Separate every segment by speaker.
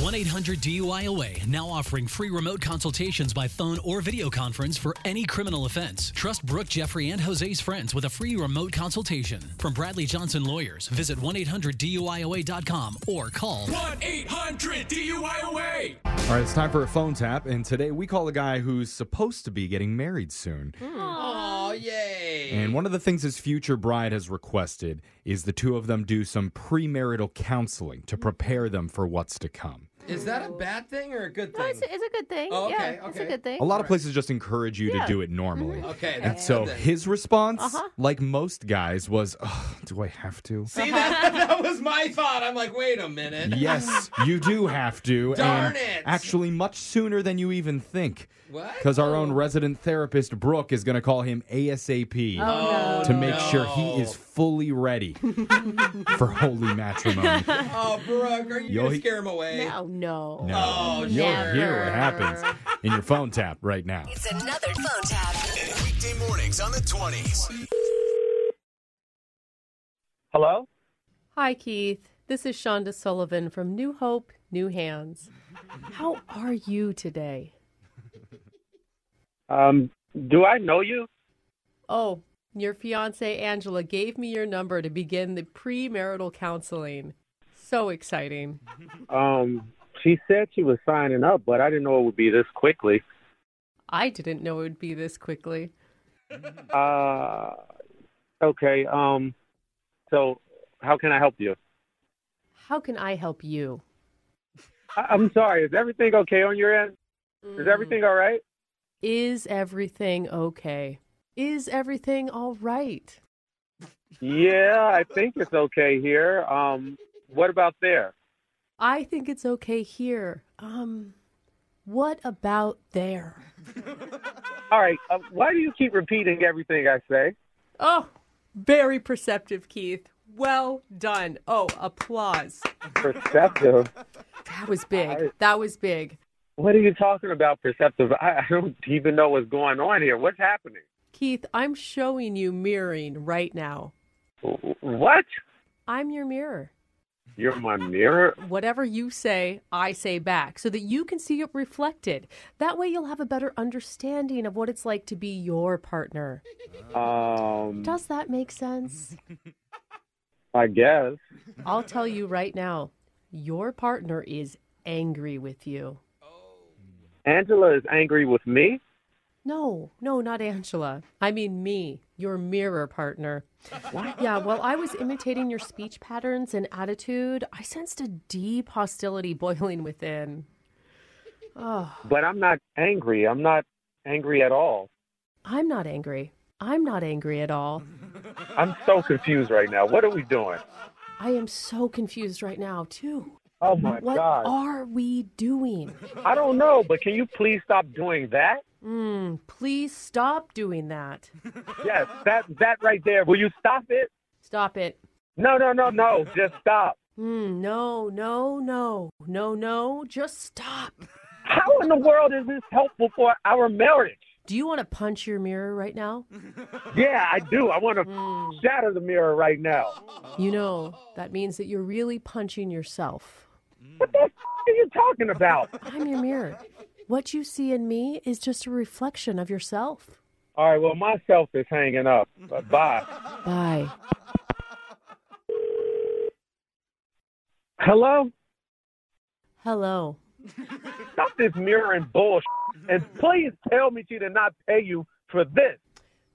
Speaker 1: 1 800 DUIOA now offering free remote consultations by phone or video conference for any criminal offense. Trust Brooke, Jeffrey, and Jose's friends with a free remote consultation. From Bradley Johnson Lawyers, visit 1 800 DUIOA.com or call
Speaker 2: 1 800 DUIOA.
Speaker 3: All right, it's time for a phone tap, and today we call a guy who's supposed to be getting married soon.
Speaker 4: Oh, yay.
Speaker 3: And one of the things his future bride has requested is the two of them do some premarital counseling to prepare them for what's to come.
Speaker 4: Is that a bad thing or a good
Speaker 5: No,
Speaker 4: thing?
Speaker 5: it's a, it's a good thing.
Speaker 4: Oh,
Speaker 5: yeah,
Speaker 4: okay,
Speaker 5: it's a
Speaker 4: okay.
Speaker 5: good thing.
Speaker 3: A lot of places just encourage you to
Speaker 5: Yeah. Mm-hmm.
Speaker 3: do it normally.
Speaker 4: okay,
Speaker 3: And
Speaker 4: that's
Speaker 3: so
Speaker 4: good then.
Speaker 3: his response,
Speaker 5: Uh-huh.
Speaker 3: like most guys, was, "Ugh, Do I have to?
Speaker 4: See that? That was my thought. I'm like, wait a minute.
Speaker 3: yes, you do have to.
Speaker 4: Darn
Speaker 3: and
Speaker 4: it.
Speaker 3: Actually, much sooner than you even think.
Speaker 4: What? Oh.
Speaker 3: Because our own resident therapist, Brooke, is going to call him ASAP.
Speaker 5: Oh,
Speaker 3: to make sure he is fully ready for holy matrimony.
Speaker 4: Oh, Brooke, are you
Speaker 3: Yo,
Speaker 4: gonna
Speaker 3: he-
Speaker 4: scare him away?
Speaker 5: no. no.
Speaker 3: No.
Speaker 4: Oh,
Speaker 3: You'll
Speaker 5: never.
Speaker 3: hear what happens in your phone tap right now.
Speaker 6: It's another phone tap.
Speaker 7: Weekday mornings on the 20s.
Speaker 8: Hello?
Speaker 9: Hi, Keith. This is Shonda Sullivan from New Hope, New Hands. How are you today?
Speaker 8: Um, do I know you?
Speaker 9: Oh, your fiance Angela gave me your number to begin the premarital counseling. So exciting.
Speaker 8: Um, she said she was signing up, but I didn't know it would be this quickly.
Speaker 9: I didn't know it would be this quickly.
Speaker 8: Uh, okay. Um, so how can I help you?
Speaker 9: How can I help you?
Speaker 8: I- I'm sorry. Is everything okay on your end? Is everything all right?
Speaker 9: Is everything okay? Is everything all right?
Speaker 8: Yeah, I think it's okay here. Um, what about there?
Speaker 9: I think it's okay here. Um, what about there?
Speaker 8: All right. Uh, why do you keep repeating everything I say?
Speaker 9: Oh, very perceptive, Keith. Well done. Oh, applause.
Speaker 8: Perceptive.
Speaker 9: That was big. That was big.
Speaker 8: What are you talking about, perceptive? I, I don't even know what's going on here. What's happening?
Speaker 9: Keith, I'm showing you mirroring right now.
Speaker 8: W- What?
Speaker 9: I'm your mirror.
Speaker 8: You're my mirror.
Speaker 9: Whatever you say, I say back so that you can see it reflected. That way, you'll have a better understanding of what it's like to be your partner.
Speaker 8: Um,
Speaker 9: Does that make sense?
Speaker 8: I guess.
Speaker 9: I'll tell you right now your partner is angry with you.
Speaker 8: Angela is angry with me.
Speaker 9: No, no, not Angela. I mean me, your mirror partner. Yeah, while I was imitating your speech patterns and attitude, I sensed a deep hostility boiling within. Oh,
Speaker 8: But I'm not angry. I'm not angry at all.
Speaker 9: I'm not angry. I'm not angry at all.
Speaker 8: I'm so confused right now. What are we doing?
Speaker 9: I am so confused right now, too.
Speaker 8: Oh my
Speaker 9: What
Speaker 8: God.
Speaker 9: are we doing?
Speaker 8: I don't know, but can you please stop doing that?
Speaker 9: Mm, please stop doing that.
Speaker 8: Yes, that that right there. Will you stop it?
Speaker 9: Stop it.
Speaker 8: No, no, no, no. Just stop.
Speaker 9: Mm, no, no, no, no, no. Just stop.
Speaker 8: How in the world is this helpful for our marriage?
Speaker 9: Do you want to punch your mirror right now?
Speaker 8: Yeah, I do. I want to shatter the mirror right now.
Speaker 9: You know, that means that you're really punching yourself.
Speaker 8: What the f- are you talking about?
Speaker 9: I'm your mirror. What you see in me is just a reflection of yourself.
Speaker 8: All right. Well, myself is hanging up. Bye.
Speaker 9: Bye.
Speaker 8: Hello.
Speaker 9: Hello.
Speaker 8: Stop this mirroring bullshit
Speaker 9: Mm-hmm.
Speaker 8: and please tell me she did not pay you for this.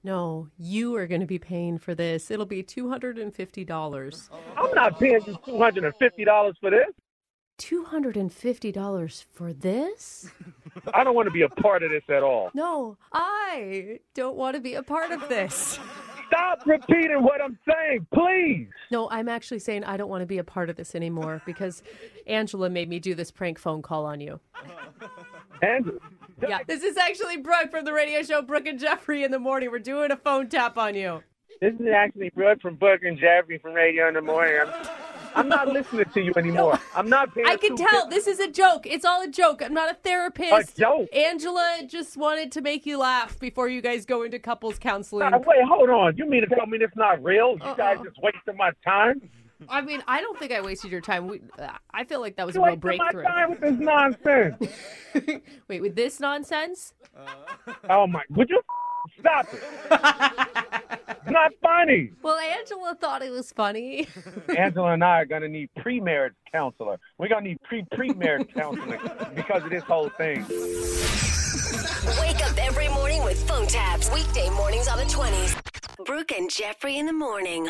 Speaker 9: No, you are going to be paying for this. It'll be $250.
Speaker 8: I'm not paying you two hundred and fifty dollars for this.
Speaker 9: $250 for this?
Speaker 8: I don't want to be a part of this at all.
Speaker 9: No, I don't want to be a part of this.
Speaker 8: Stop repeating what I'm saying, please.
Speaker 9: No, I'm actually saying I don't want to be a part of this anymore because Angela made me do this prank phone call on you.
Speaker 8: And
Speaker 9: Yeah, this is actually Brooke from the radio show Brooke and Jeffrey in the morning. We're doing a phone tap on you.
Speaker 8: this is actually Brooke from Book and Jeffrey from Radio in the Morning. I'm, I'm not listening to you anymore. I'm not paying.
Speaker 9: I can tell this is a joke. It's all a joke. I'm not a therapist.
Speaker 8: A joke?
Speaker 9: Angela just wanted to make you laugh before you guys go into couples counseling. Uh-uh.
Speaker 8: Wait, hold on. You mean to tell me this not real? You guys just wasting my time?
Speaker 9: I mean, I don't think I wasted your time. We, I feel like that was a
Speaker 8: You
Speaker 9: real
Speaker 8: wasted my
Speaker 9: breakthrough.
Speaker 8: time with this nonsense.
Speaker 9: Wait, with this nonsense?
Speaker 8: oh my! Would you stop it? It's not funny.
Speaker 9: Well, Angela thought it was funny.
Speaker 8: Angela and I are gonna need pre-marriage counselor. We're gonna need pre-pre-marriage counseling because of this whole thing.
Speaker 5: Wake up every morning with phone taps. Weekday mornings on the 20s. Brooke and Jeffrey in the morning.